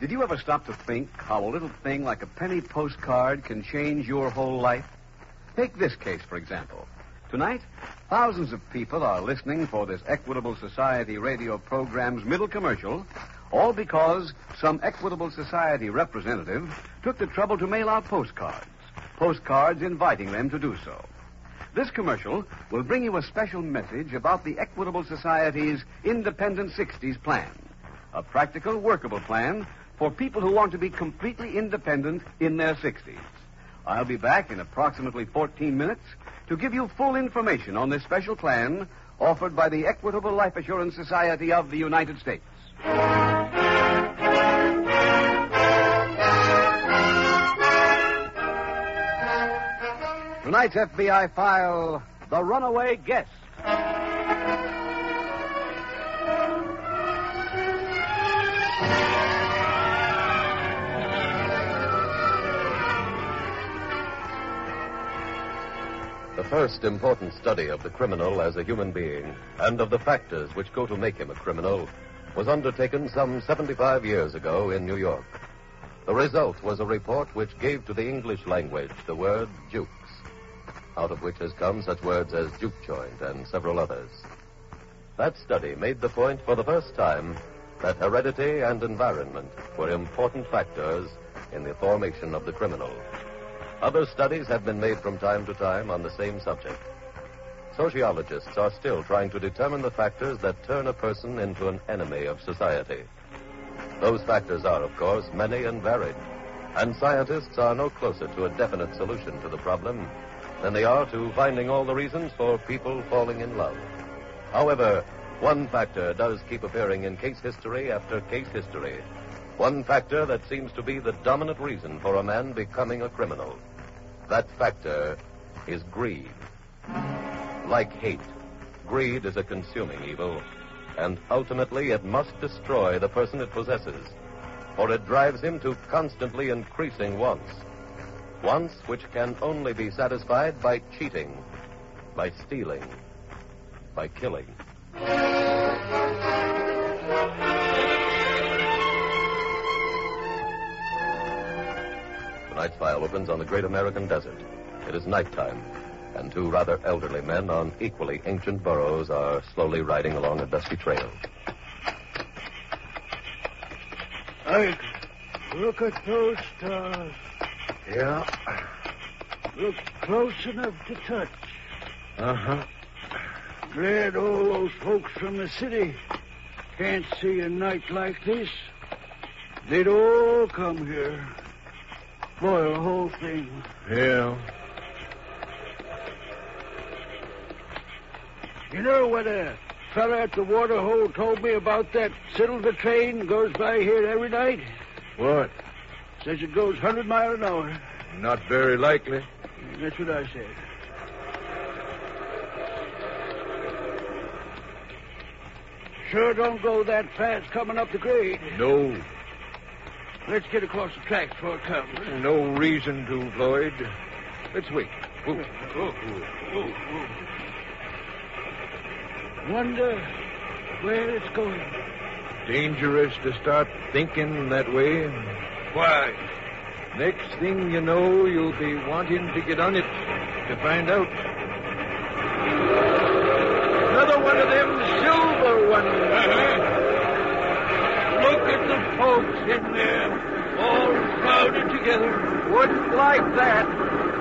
Did you ever stop to think how a little thing like a penny postcard can change your whole life? Take this case, for example. Tonight, thousands of people are listening for this Equitable Society radio program's middle commercial, all because some Equitable Society representative took the trouble to mail out postcards, postcards inviting them to do so. This commercial will bring you a special message about the Equitable Society's Independent 60s plan a practical, workable plan for people who want to be completely independent in their 60s. I'll be back in approximately 14 minutes to give you full information on this special plan offered by the Equitable Life Assurance Society of the United States. Tonight's FBI file The Runaway Guest. The first important study of the criminal as a human being and of the factors which go to make him a criminal was undertaken some 75 years ago in New York. The result was a report which gave to the English language the word jukes, out of which has come such words as juke joint and several others. That study made the point for the first time that heredity and environment were important factors in the formation of the criminal. Other studies have been made from time to time on the same subject. Sociologists are still trying to determine the factors that turn a person into an enemy of society. Those factors are, of course, many and varied, and scientists are no closer to a definite solution to the problem than they are to finding all the reasons for people falling in love. However, one factor does keep appearing in case history after case history. One factor that seems to be the dominant reason for a man becoming a criminal. That factor is greed. Like hate, greed is a consuming evil, and ultimately it must destroy the person it possesses, for it drives him to constantly increasing wants. Wants which can only be satisfied by cheating, by stealing, by killing. Tonight's file opens on the Great American Desert. It is nighttime, and two rather elderly men on equally ancient burros are slowly riding along a dusty trail. Uncle, look at those stars. Yeah. Look close enough to touch. Uh huh. Glad all those folks from the city can't see a night like this. They'd all come here. Boil the whole thing. Yeah. You know what a fella at the water hole told me about that silver train goes by here every night? What? Says it goes 100 mile an hour. Not very likely. That's what I said. Sure don't go that fast coming up the grade. No. Let's get across the tracks before it comes. No reason to, Floyd. Let's wait. Oh, Wonder where it's going. Dangerous to start thinking that way. Why? Next thing you know, you'll be wanting to get on it to find out. Another one of them silver ones. Uh-huh. Look at the folks in there, all crowded together. Wouldn't like that.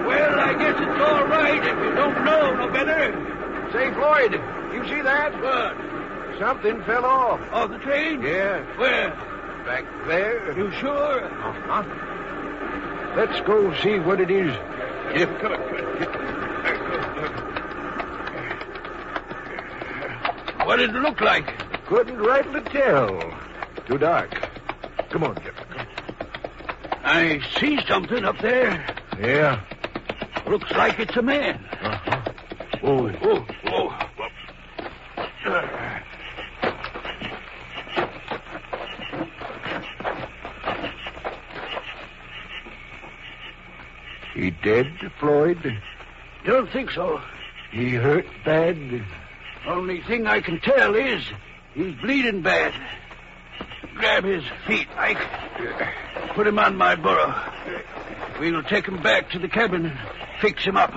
Well, I guess it's all right if you don't know no better. Say, Floyd, you see that? What? Something fell off. Off the train? Yeah, Where? back there. You sure? Uh-huh. Let's go see what it is. Yeah, come on. What did it look like? Couldn't rightly tell. Too dark. Come on, Jim. I see something up there. Yeah. Looks like it's a man. Oh, Oh, oh. he dead, Floyd? Don't think so. He hurt bad. Only thing I can tell is he's bleeding bad. Grab his feet, Ike. Put him on my burro. We'll take him back to the cabin and fix him up.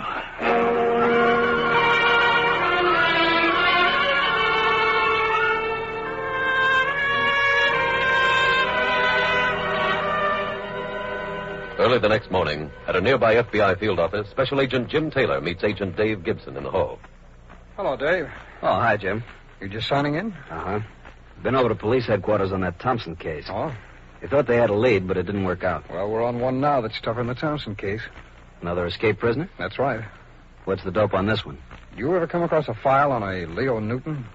Early the next morning, at a nearby FBI field office, Special Agent Jim Taylor meets Agent Dave Gibson in the hall. Hello, Dave. Oh, hi, Jim. You just signing in? Uh huh. Been over to police headquarters on that Thompson case. Oh. You thought they had a lead, but it didn't work out. Well, we're on one now that's tougher than the Thompson case. Another escape prisoner? That's right. What's the dope on this one? You ever come across a file on a Leo Newton?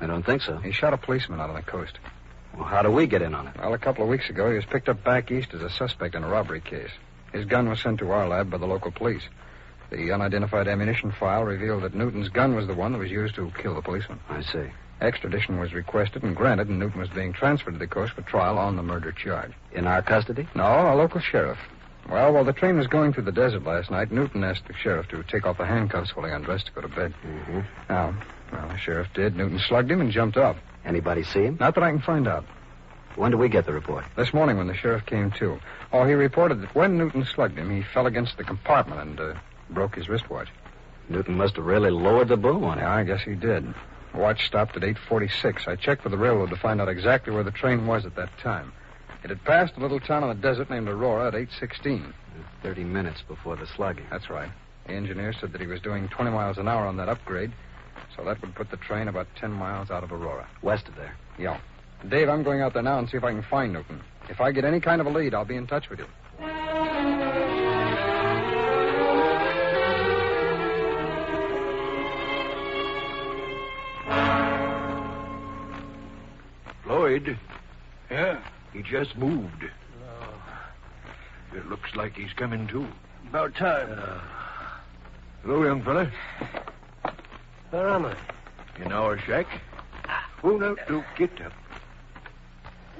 I don't think so. He shot a policeman out on the coast. Well, how do we get in on it? Well, a couple of weeks ago, he was picked up back east as a suspect in a robbery case. His gun was sent to our lab by the local police. The unidentified ammunition file revealed that Newton's gun was the one that was used to kill the policeman. I see. Extradition was requested and granted, and Newton was being transferred to the coast for trial on the murder charge. In our custody? No, a local sheriff. Well, while the train was going through the desert last night, Newton asked the sheriff to take off the handcuffs while he undressed to go to bed. Mm-hmm. Now, well, the sheriff did. Newton slugged him and jumped up. Anybody see him? Not that I can find out. When do we get the report? This morning, when the sheriff came to, oh, he reported that when Newton slugged him, he fell against the compartment and uh, broke his wristwatch. Newton must have really lowered the boom on him. Yeah, I guess he did. The watch stopped at 8:46. I checked with the railroad to find out exactly where the train was at that time. It had passed a little town in the desert named Aurora at 8:16. Thirty minutes before the slugging. That's right. The engineer said that he was doing 20 miles an hour on that upgrade, so that would put the train about 10 miles out of Aurora. West of there. Yeah. Dave, I'm going out there now and see if I can find Newton. If I get any kind of a lead, I'll be in touch with you. Floyd, Yeah. he just moved. It looks like he's coming to. About time. Hello, young fella. Where am I? In our shack. Oh, no, don't get up.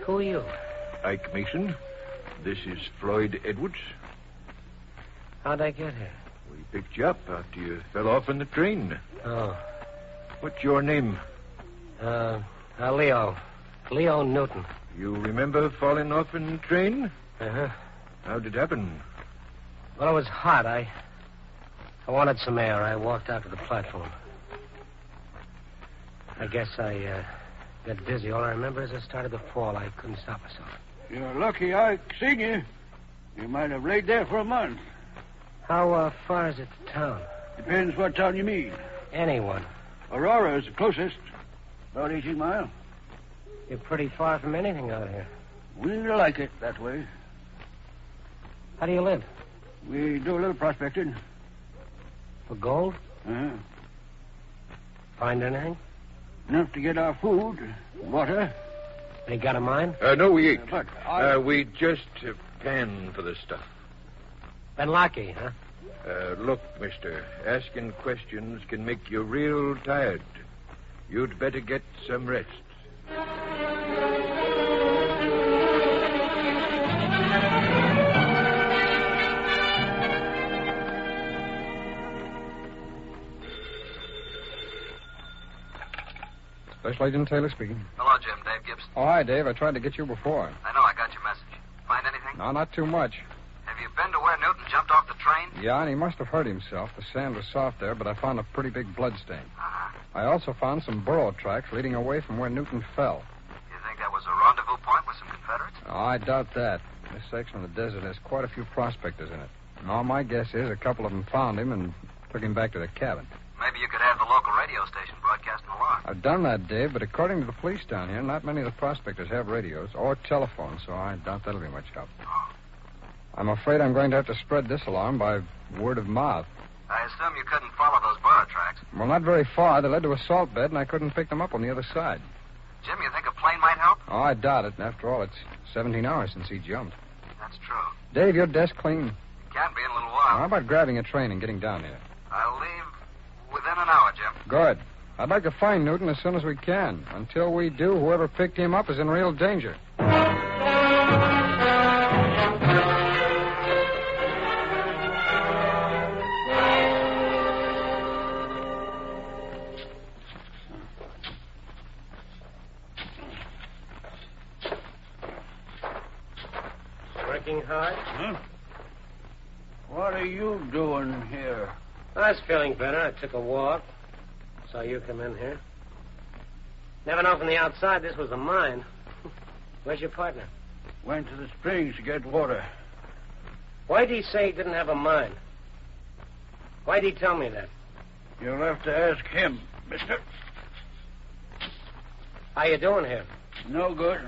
Who are you? Ike Mason. This is Floyd Edwards. How'd I get here? We picked you up after you fell off in the train. Oh, What's your name? uh, uh Leo. Leo Newton. You remember falling off in the train? Uh-huh. How'd it happen? Well, it was hot. I I wanted some air. I walked out to the platform. I guess I uh, got dizzy. All I remember is I started to fall. I couldn't stop myself. You're lucky I seen you. You might have laid there for a month. How uh, far is it to town? Depends what town you mean. Anyone. Aurora is the closest. About 18 miles. You're pretty far from anything out here. We like it that way. How do you live? We do a little prospecting. For gold? Uh-huh. Find anything? Enough to get our food, water. They got a mine? Uh, no, we ain't. But Uh, we just uh, pan for the stuff. Been lucky, huh? Uh, look, mister, asking questions can make you real tired. You'd better get some rest. Special Agent Taylor speaking. Hello, Jim. Dave Gibson. Oh, hi, Dave. I tried to get you before. I know I got your message. Find anything? No, not too much. Have Yeah, and he must have hurt himself. The sand was soft there, but I found a pretty big blood stain. Uh-huh. I also found some burro tracks leading away from where Newton fell. You think that was a rendezvous point with some Confederates? Oh, I doubt that. This section of the desert has quite a few prospectors in it. And all my guess is a couple of them found him and took him back to their cabin. Maybe you could have the local radio station broadcast an alarm. I've done that, Dave, but according to the police down here, not many of the prospectors have radios or telephones, so I doubt that'll be much help. I'm afraid I'm going to have to spread this alarm by word of mouth. I assume you couldn't follow those burro tracks. Well, not very far. They led to a salt bed, and I couldn't pick them up on the other side. Jim, you think a plane might help? Oh, I doubt it. And after all, it's 17 hours since he jumped. That's true. Dave, your desk clean. It can be in a little How while. about grabbing a train and getting down here? I'll leave within an hour, Jim. Good. I'd like to find Newton as soon as we can. Until we do, whoever picked him up is in real danger. Working hard? What are you doing here? I was feeling better. I took a walk. Saw you come in here. Never know from the outside this was a mine. Where's your partner? Went to the springs to get water. Why'd he say he didn't have a mine? Why'd he tell me that? You'll have to ask him, mister. How you doing here? No good.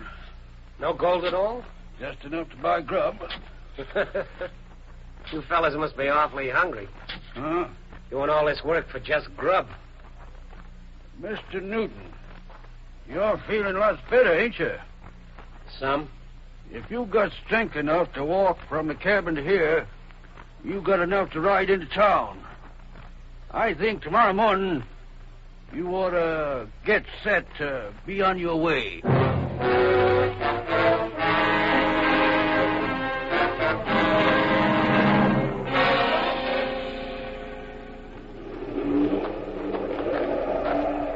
No gold at all? Just enough to buy grub. you fellas must be awfully hungry. Huh? Doing all this work for just grub. Mr. Newton, you're feeling lots better, ain't you? Some. If you got strength enough to walk from the cabin to here, you got enough to ride into town. I think tomorrow morning you ought to get set to be on your way.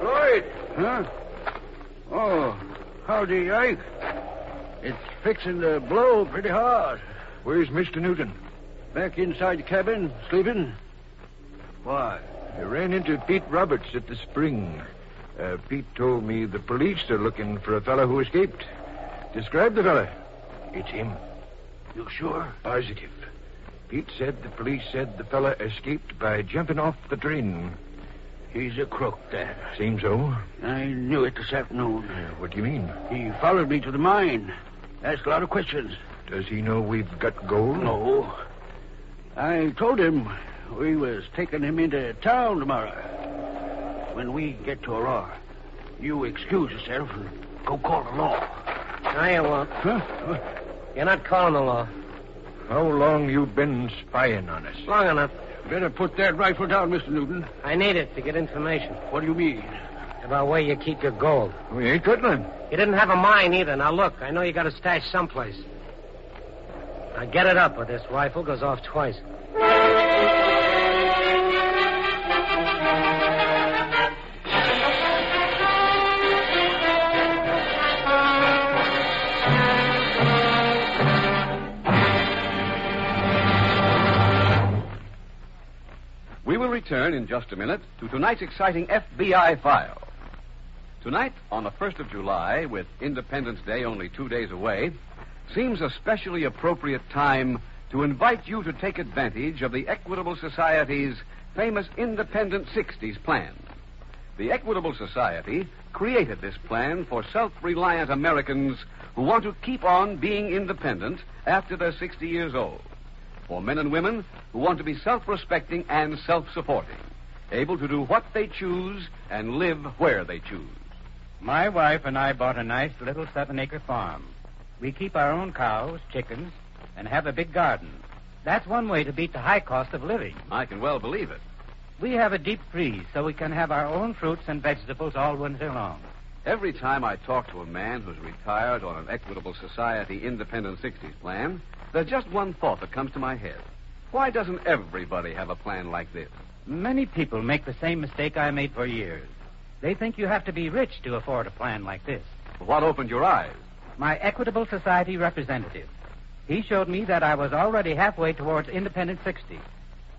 Floyd! Huh? Oh, howdy, Ike. It's fixing to blow pretty hard. Where's Mr. Newton? Back inside the cabin, sleeping? Why? I ran into Pete Roberts at the spring. Uh, Pete told me the police are looking for a fellow who escaped. Describe the fellow. It's him. You sure? Positive. Pete said the police said the fella escaped by jumping off the train. He's a crook, Dan. Seems so. I knew it this afternoon. Uh, What do you mean? He followed me to the mine. Asked a lot of questions. Does he know we've got gold? No. I told him we was taking him into town tomorrow. When we get to Aurora, you excuse yourself and go call the law. No, you won't. Huh? You're not calling the law. How long you been spying on us? Long enough. Better put that rifle down, Mr. Newton. I need it to get information What do you mean? about where you keep your gold. We ain't got none. You didn't have a mine either. Now look, I know you got a stash someplace. Now get it up, or this rifle goes off twice. We will return in just a minute to tonight's exciting FBI file. Tonight, on the 1st of July, with Independence Day only two days away, seems a specially appropriate time to invite you to take advantage of the Equitable Society's famous Independent 60s plan. The Equitable Society created this plan for self reliant Americans who want to keep on being independent after they're 60 years old for men and women who want to be self respecting and self supporting, able to do what they choose and live where they choose. My wife and I bought a nice little seven acre farm. We keep our own cows, chickens, and have a big garden. That's one way to beat the high cost of living. I can well believe it. We have a deep freeze so we can have our own fruits and vegetables all winter long. Every time I talk to a man who's retired on an Equitable Society Independent 60s plan, there's just one thought that comes to my head. Why doesn't everybody have a plan like this? Many people make the same mistake I made for years. They think you have to be rich to afford a plan like this. What opened your eyes? My Equitable Society representative. He showed me that I was already halfway towards Independent 60.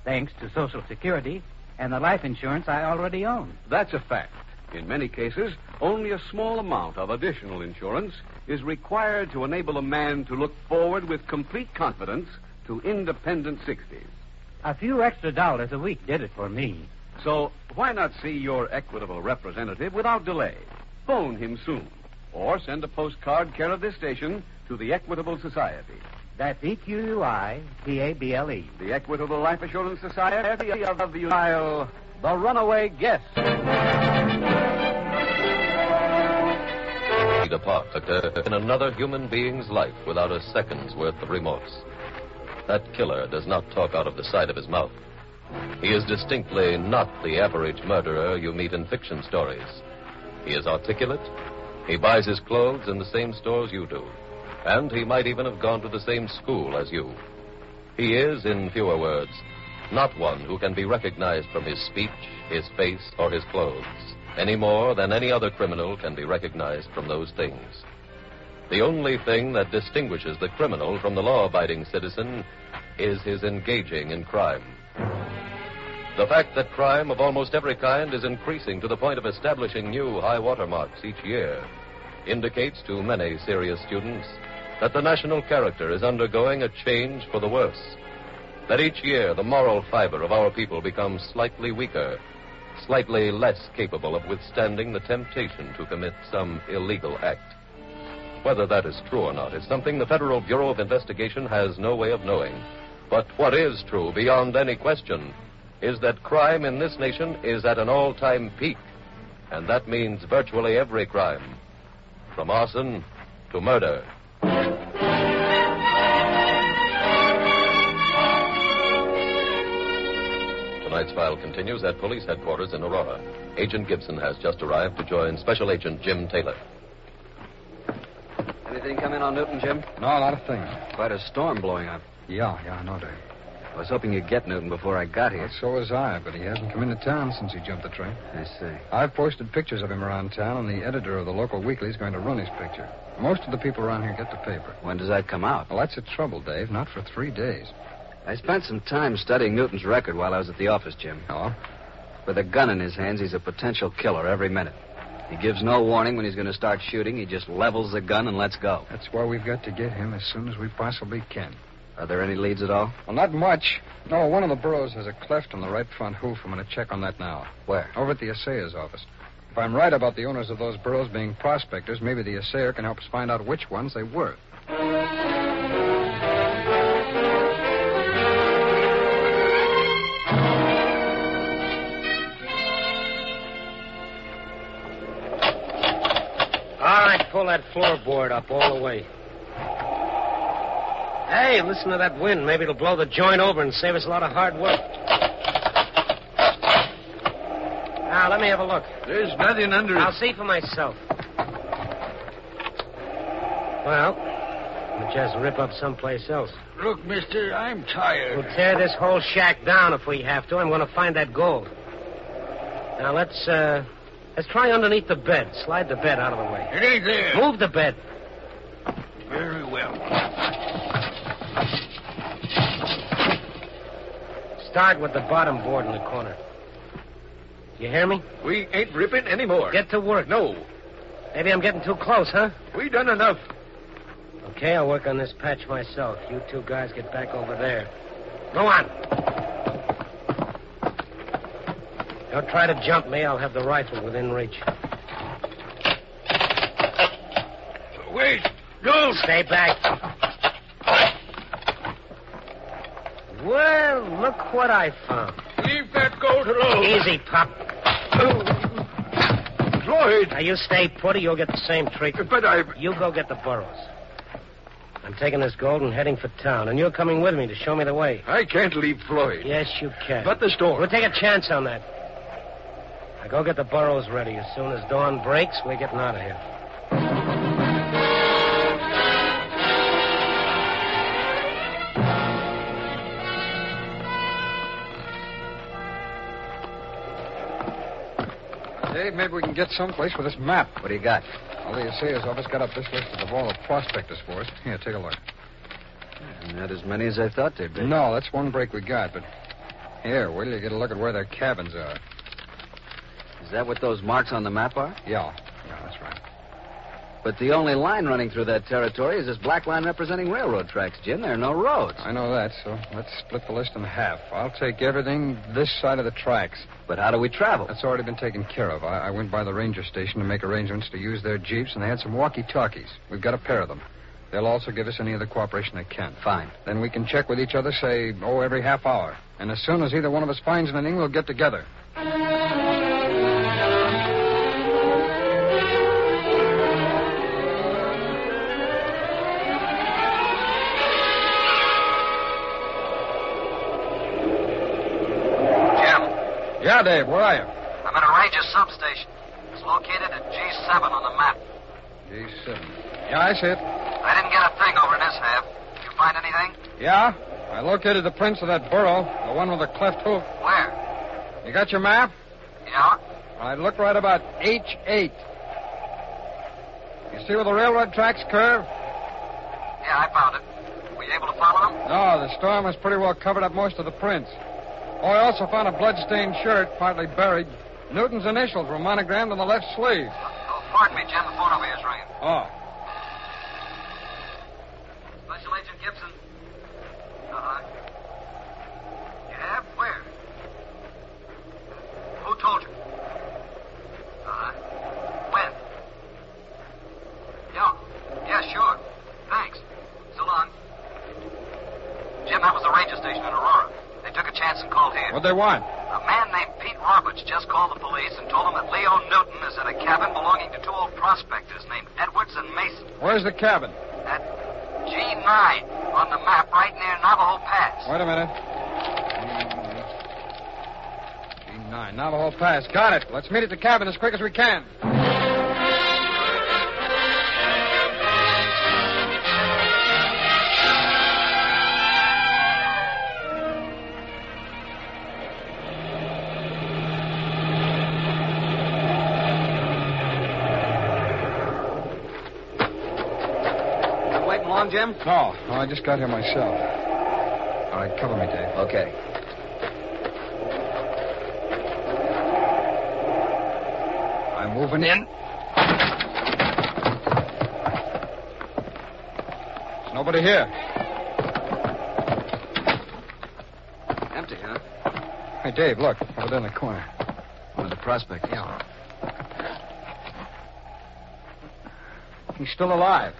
thanks to Social Security and the life insurance I already own. That's a fact. In many cases, only a small amount of additional insurance is required to enable a man to look forward with complete confidence to independent 60s. A few extra dollars a week did it for me. So why not see your equitable representative without delay? Phone him soon, or send a postcard care of this station to the Equitable Society. That's E Q U I T A B L E. The Equitable Life Assurance Society of the Isle, the Runaway Guest. He depart uh, in another human being's life without a second's worth of remorse. That killer does not talk out of the side of his mouth. He is distinctly not the average murderer you meet in fiction stories. He is articulate. He buys his clothes in the same stores you do. And he might even have gone to the same school as you. He is, in fewer words, not one who can be recognized from his speech, his face, or his clothes, any more than any other criminal can be recognized from those things. The only thing that distinguishes the criminal from the law abiding citizen is his engaging in crime. The fact that crime of almost every kind is increasing to the point of establishing new high water marks each year indicates to many serious students that the national character is undergoing a change for the worse. That each year the moral fiber of our people becomes slightly weaker, slightly less capable of withstanding the temptation to commit some illegal act. Whether that is true or not is something the Federal Bureau of Investigation has no way of knowing. But what is true beyond any question is that crime in this nation is at an all time peak. And that means virtually every crime from arson to murder. Tonight's file continues at police headquarters in Aurora. Agent Gibson has just arrived to join Special Agent Jim Taylor. Anything come in on Newton, Jim? No, a lot of things. Quite a storm blowing up. Yeah, yeah, I know, Dave. I was hoping you'd get Newton before I got here. So was I, but he hasn't come into town since he jumped the train. I see. I've posted pictures of him around town, and the editor of the local weekly is going to run his picture. Most of the people around here get the paper. When does that come out? Well, that's the trouble, Dave. Not for three days. I spent some time studying Newton's record while I was at the office, Jim. Oh? With a gun in his hands, he's a potential killer every minute. He gives no warning when he's going to start shooting. He just levels the gun and lets go. That's why we've got to get him as soon as we possibly can. Are there any leads at all? Well, not much. No, one of the burros has a cleft on the right front hoof. I'm going to check on that now. Where? Over at the assayer's office. If I'm right about the owners of those burros being prospectors, maybe the assayer can help us find out which ones they were. All right, pull that floorboard up all the way. Hey, listen to that wind. Maybe it'll blow the joint over and save us a lot of hard work. Now, let me have a look. There's nothing under I'll it. see for myself. Well, we just rip up someplace else. Look, mister, I'm We'll tired. tear this whole shack down if we have to. I'm going to find that gold. Now let's uh, let's try underneath the bed. Slide the bed out of the way. It ain't there. Move the bed. Very well. Start with the bottom board in the corner. You hear me? We ain't ripping anymore. Get to work. No. Maybe I'm getting too close, huh? We done enough. Okay, I'll work on this patch myself. You two guys get back over there. Go on. Don't try to jump me. I'll have the rifle within reach. Wait. Don't. Stay back. Well, look what I found. Leave that gold alone. Easy, Pop. Floyd. Now, you stay put or you'll get the same treatment. But I. You go get the burros. I'm taking this gold and heading for town, and you're coming with me to show me the way. I can't leave Floyd. Yes, you can. But the storm. We'll take a chance on that. Now, go get the burros ready. As soon as dawn breaks, we're getting out of here. Dave, maybe we can get someplace with this map. What do you got? Well, the assayer's office got up this list of all the prospectors for us. Here, take a look. Not as many as I thought there'd be. No, that's one break we got, but Here, wait till you get a look at where their cabins are. Is that what those marks on the map are? Yeah. Yeah, that's right. But the only line running through that territory is this black line representing railroad tracks, Jim. There are no roads. I know that, so let's split the list in half. I'll take everything this side of the tracks. But how do we travel? That's already been taken care of. I, I went by the ranger station to make arrangements to use their jeeps, and they had some walkie-talkies. We've got a pair of them. They'll also give us any of the cooperation they can. Fine. Then we can check with each other, say, oh, every half hour. And as soon as either one of us finds anything, we'll get together. Jim, Yeah, Dave, where are you? I'm at a ranger substation. It's located at G7 on the map. G7. Yeah, I see it. I didn't get a thing over in this half. Did you find anything? Yeah? I located the prints of that burro, the one with the cleft hoof. Where? You got your map? Yeah? I look right about H8. You see where the railroad tracks curve? Yeah, I found it. Were you able to follow them? No, the storm has pretty well covered up most of the prints. Oh, I also found a bloodstained shirt, partly buried. Newton's initials were monogrammed on the left sleeve. Oh, pardon me, Jim. The phone over here is ringing. Oh, Special Agent Gibson. Uh, yeah, where? Who told you? Uh, when? Yeah, yeah, sure. Thanks. So long. Jim, that was the ranger station in Aurora. They took a chance and called here. what'd they want? A man named Pete Roberts just called the police and told them that Leo Newton is in a cabin belonging to two old prospectors named Edwards and Mason Where's the cabin? at G9 on the map right near Navajo Pass. Wait a minute. G9, Navajo Pass. Got it. Let's meet at the cabin as quick as we can. Waiting long, Jim? No, no, I just got here myself. All right, cover me, Dave. Okay. I'm moving in. There's nobody here. Empty, huh? Hey, Dave, look. Over there in the corner. One of the prospectors. Yeah. He's still alive.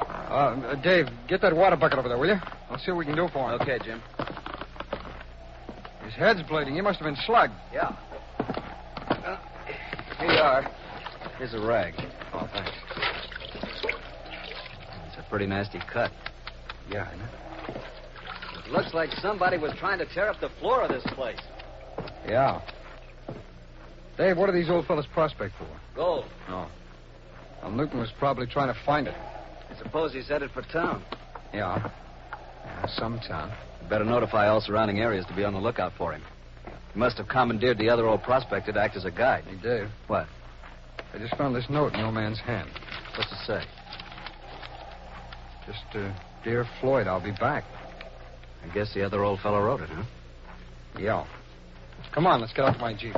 Uh, Dave, get that water bucket over there, will you? I'll see what we can do for him. Okay, Jim. His head's bleeding. He must have been slugged. Yeah. here you are. Here's a rag. Oh, thanks. It's a pretty nasty cut. Yeah, I know. It looks like somebody was trying to tear up the floor of this place. Yeah. Dave, what do these old fellas prospect for? Gold. No. Well, Newton was probably trying to find it. I suppose he's headed for town. Yeah. yeah some town. Better notify all surrounding areas to be on the lookout for him. He must have commandeered the other old prospector to act as a guide. Hey, Dave. What? I just found this note in your man's hand. What's it say? Just, uh, dear Floyd, I'll be back. I guess the other old fellow wrote it, huh? Yeah. Come on, let's get out of my jeep.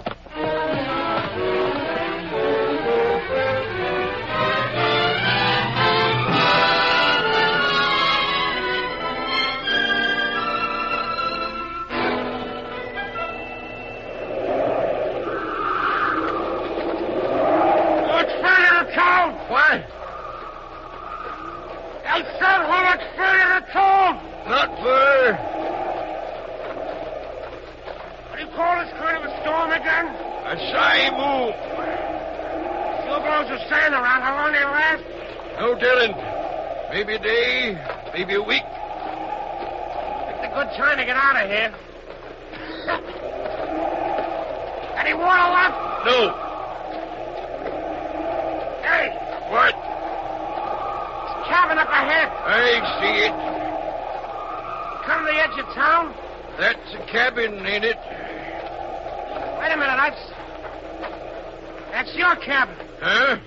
Why? I said how much further to town. Not further. What do you call this kind of a storm again? A shy move. Snowballs are staying around. How long they last? No telling. Maybe a day, maybe a week. It's a good time to get out of here. Any water left? No. Hey! What? It's cabin up ahead. I see it. Come to the edge of town? That's a cabin, ain't it? Wait a minute, that's. That's your cabin. Huh?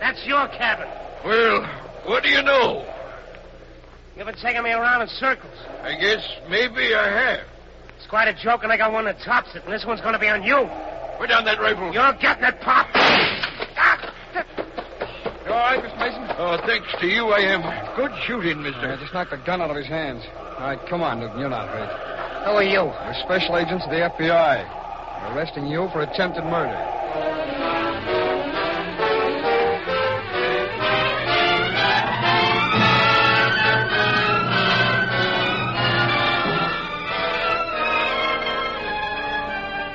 That's your cabin. Well, what do you know? You've been taking me around in circles. I guess maybe I have. It's quite a joke, and I got one that tops it, and this one's going to be on you. Put down that rifle. You're getting it, Pop. You all right, Mr. Mason? Oh, thanks to you, I am. Good shooting, I mister. just knocked the gun out of his hands. All right, come on, Newton. You're not hurt. Who are you? We're special agents of the FBI. We're arresting you for attempted murder.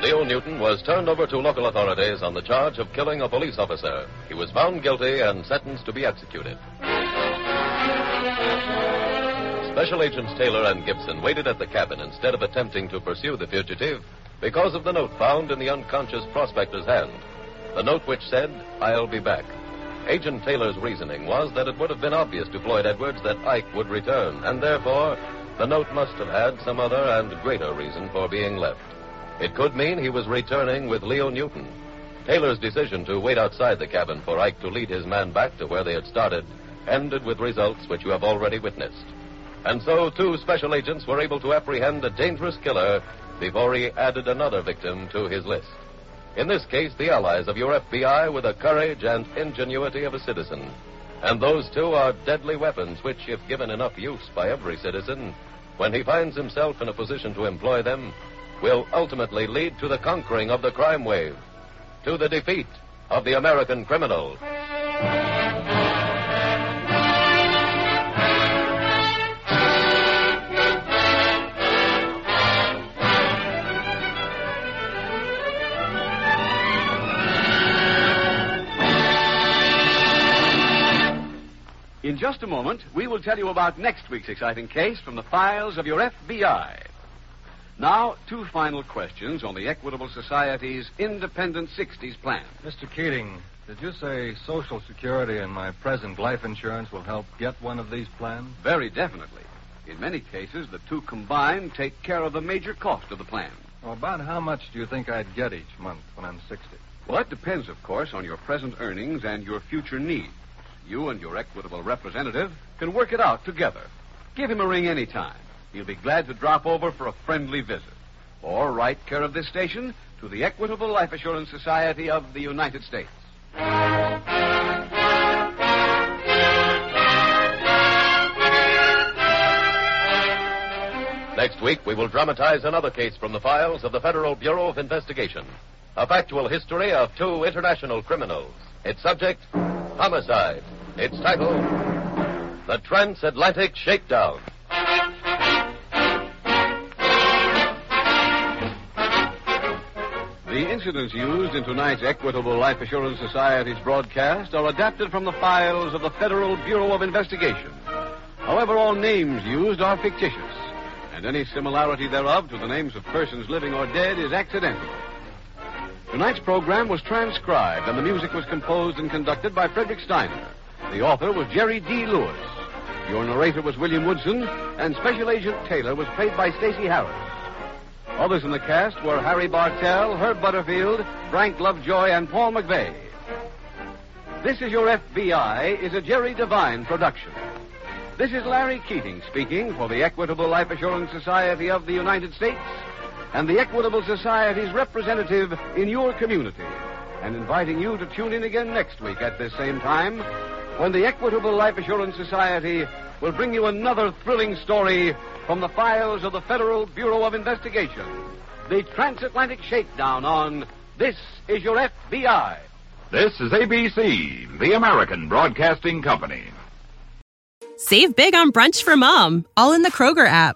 Leo Newton was turned over to local authorities on the charge of killing a police officer. He was found guilty and sentenced to be executed. Special Agents Taylor and Gibson waited at the cabin instead of attempting to pursue the fugitive because of the note found in the unconscious prospector's hand. The note which said, I'll be back. Agent Taylor's reasoning was that it would have been obvious to Floyd Edwards that Ike would return, and therefore the note must have had some other and greater reason for being left. It could mean he was returning with Leo Newton. Taylor's decision to wait outside the cabin for Ike to lead his man back to where they had started ended with results which you have already witnessed. And so, two special agents were able to apprehend a dangerous killer before he added another victim to his list. In this case, the allies of your FBI with the courage and ingenuity of a citizen. And those two are deadly weapons which, if given enough use by every citizen, when he finds himself in a position to employ them, will ultimately lead to the conquering of the crime wave, to the defeat of the American criminal. In just a moment, we will tell you about next week's exciting case from the files of your FBI. Now, two final questions on the Equitable Society's Independent 60s plan. Mr. Keating, did you say Social Security and my present life insurance will help get one of these plans? Very definitely. In many cases, the two combined take care of the major cost of the plan. Well, about how much do you think I'd get each month when I'm 60? Well, that depends, of course, on your present earnings and your future needs. You and your equitable representative can work it out together. Give him a ring any time. He'll be glad to drop over for a friendly visit. Or write care of this station to the Equitable Life Assurance Society of the United States. Next week, we will dramatize another case from the files of the Federal Bureau of Investigation. A factual history of two international criminals. Its subject, homicide. Its title, The Transatlantic Shakedown. The incidents used in tonight's Equitable Life Assurance Society's broadcast are adapted from the files of the Federal Bureau of Investigation. However, all names used are fictitious, and any similarity thereof to the names of persons living or dead is accidental. Tonight's program was transcribed, and the music was composed and conducted by Frederick Steiner. The author was Jerry D. Lewis. Your narrator was William Woodson, and Special Agent Taylor was played by Stacey Harris. Others in the cast were Harry Bartell, Herb Butterfield, Frank Lovejoy, and Paul McVeigh. This is Your FBI is a Jerry Devine production. This is Larry Keating speaking for the Equitable Life Assurance Society of the United States and the Equitable Society's representative in your community, and inviting you to tune in again next week at this same time when the Equitable Life Assurance Society will bring you another thrilling story from the files of the Federal Bureau of Investigation the transatlantic shakedown on This Is Your FBI. This is ABC, the American Broadcasting Company. Save big on brunch for mom, all in the Kroger app.